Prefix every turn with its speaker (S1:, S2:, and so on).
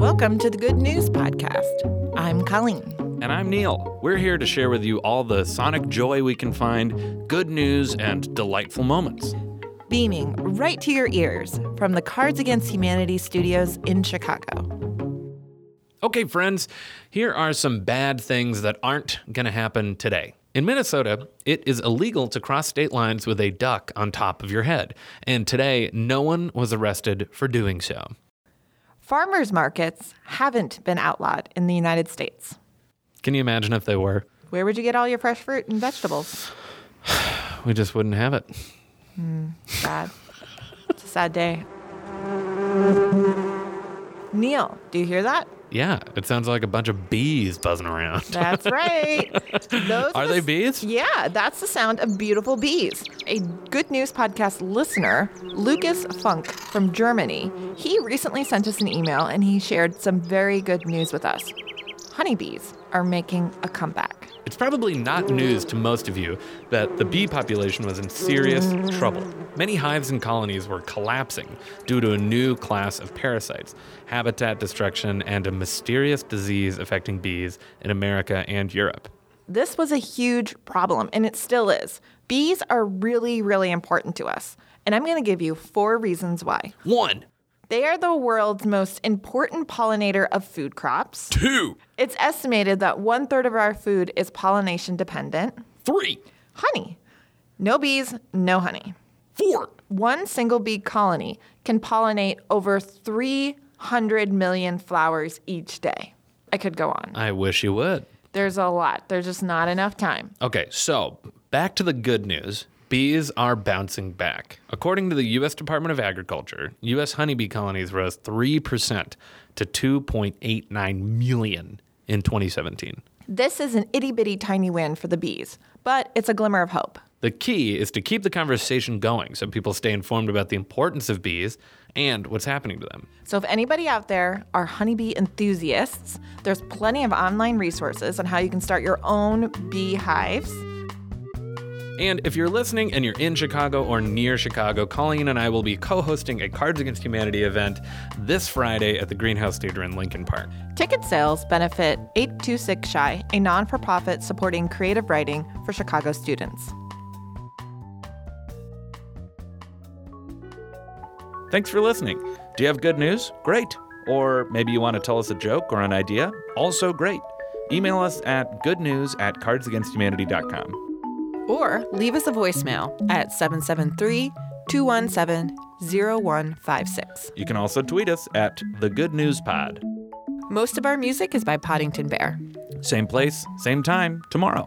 S1: Welcome to the Good News Podcast. I'm Colleen.
S2: And I'm Neil. We're here to share with you all the sonic joy we can find, good news, and delightful moments.
S1: beaming right to your ears from the Cards Against Humanity studios in Chicago.
S2: Okay, friends, here are some bad things that aren't going to happen today. In Minnesota, it is illegal to cross state lines with a duck on top of your head. And today, no one was arrested for doing so.
S1: Farmers markets haven't been outlawed in the United States.
S2: Can you imagine if they were?
S1: Where would you get all your fresh fruit and vegetables?
S2: We just wouldn't have it.
S1: Sad. it's a sad day. Neil, do you hear that?
S2: Yeah, it sounds like a bunch of bees buzzing around.
S1: That's right. Those
S2: Are
S1: the-
S2: they bees?
S1: Yeah, that's the sound of beautiful bees. A good news podcast listener, Lucas Funk from Germany, he recently sent us an email and he shared some very good news with us. Honeybees are making a comeback.
S2: It's probably not news to most of you that the bee population was in serious trouble. Many hives and colonies were collapsing due to a new class of parasites, habitat destruction, and a mysterious disease affecting bees in America and Europe.
S1: This was a huge problem, and it still is. Bees are really, really important to us. And I'm going to give you four reasons why.
S2: One,
S1: They are the world's most important pollinator of food crops.
S2: two,
S1: It's estimated that one third of our food is pollination dependent.
S2: three,
S1: Honey. No bees, no honey.
S2: four,
S1: One single bee colony can pollinate over 300 million flowers each day. I could go on.
S2: I wish you would.
S1: There's a lot, there's just not enough time.
S2: Okay, so back to the good news. Bees are bouncing back. According to the U.S. Department of Agriculture, U.S. honeybee colonies rose 3% to 2.89 million in 2017.
S1: This is an itty bitty tiny win for the bees, but it's a glimmer of hope.
S2: The key is to keep the conversation going so people stay informed about the importance of bees and what's happening to them.
S1: So, if anybody out there are honeybee enthusiasts, there's plenty of online resources on how you can start your own beehives.
S2: And if you're listening and you're in Chicago or near Chicago, Colleen and I will be co hosting a Cards Against Humanity event this Friday at the Greenhouse Theater in Lincoln Park.
S1: Ticket sales benefit 826 Shy, a non for profit supporting creative writing for Chicago students.
S2: Thanks for listening. Do you have good news? Great. Or maybe you want to tell us a joke or an idea? Also great. Email us at goodnews at cardsagainsthumanity.com.
S1: Or leave us a voicemail at 773 217 0156.
S2: You can also tweet us at the Good News Pod.
S1: Most of our music is by Poddington Bear.
S2: Same place, same time, tomorrow.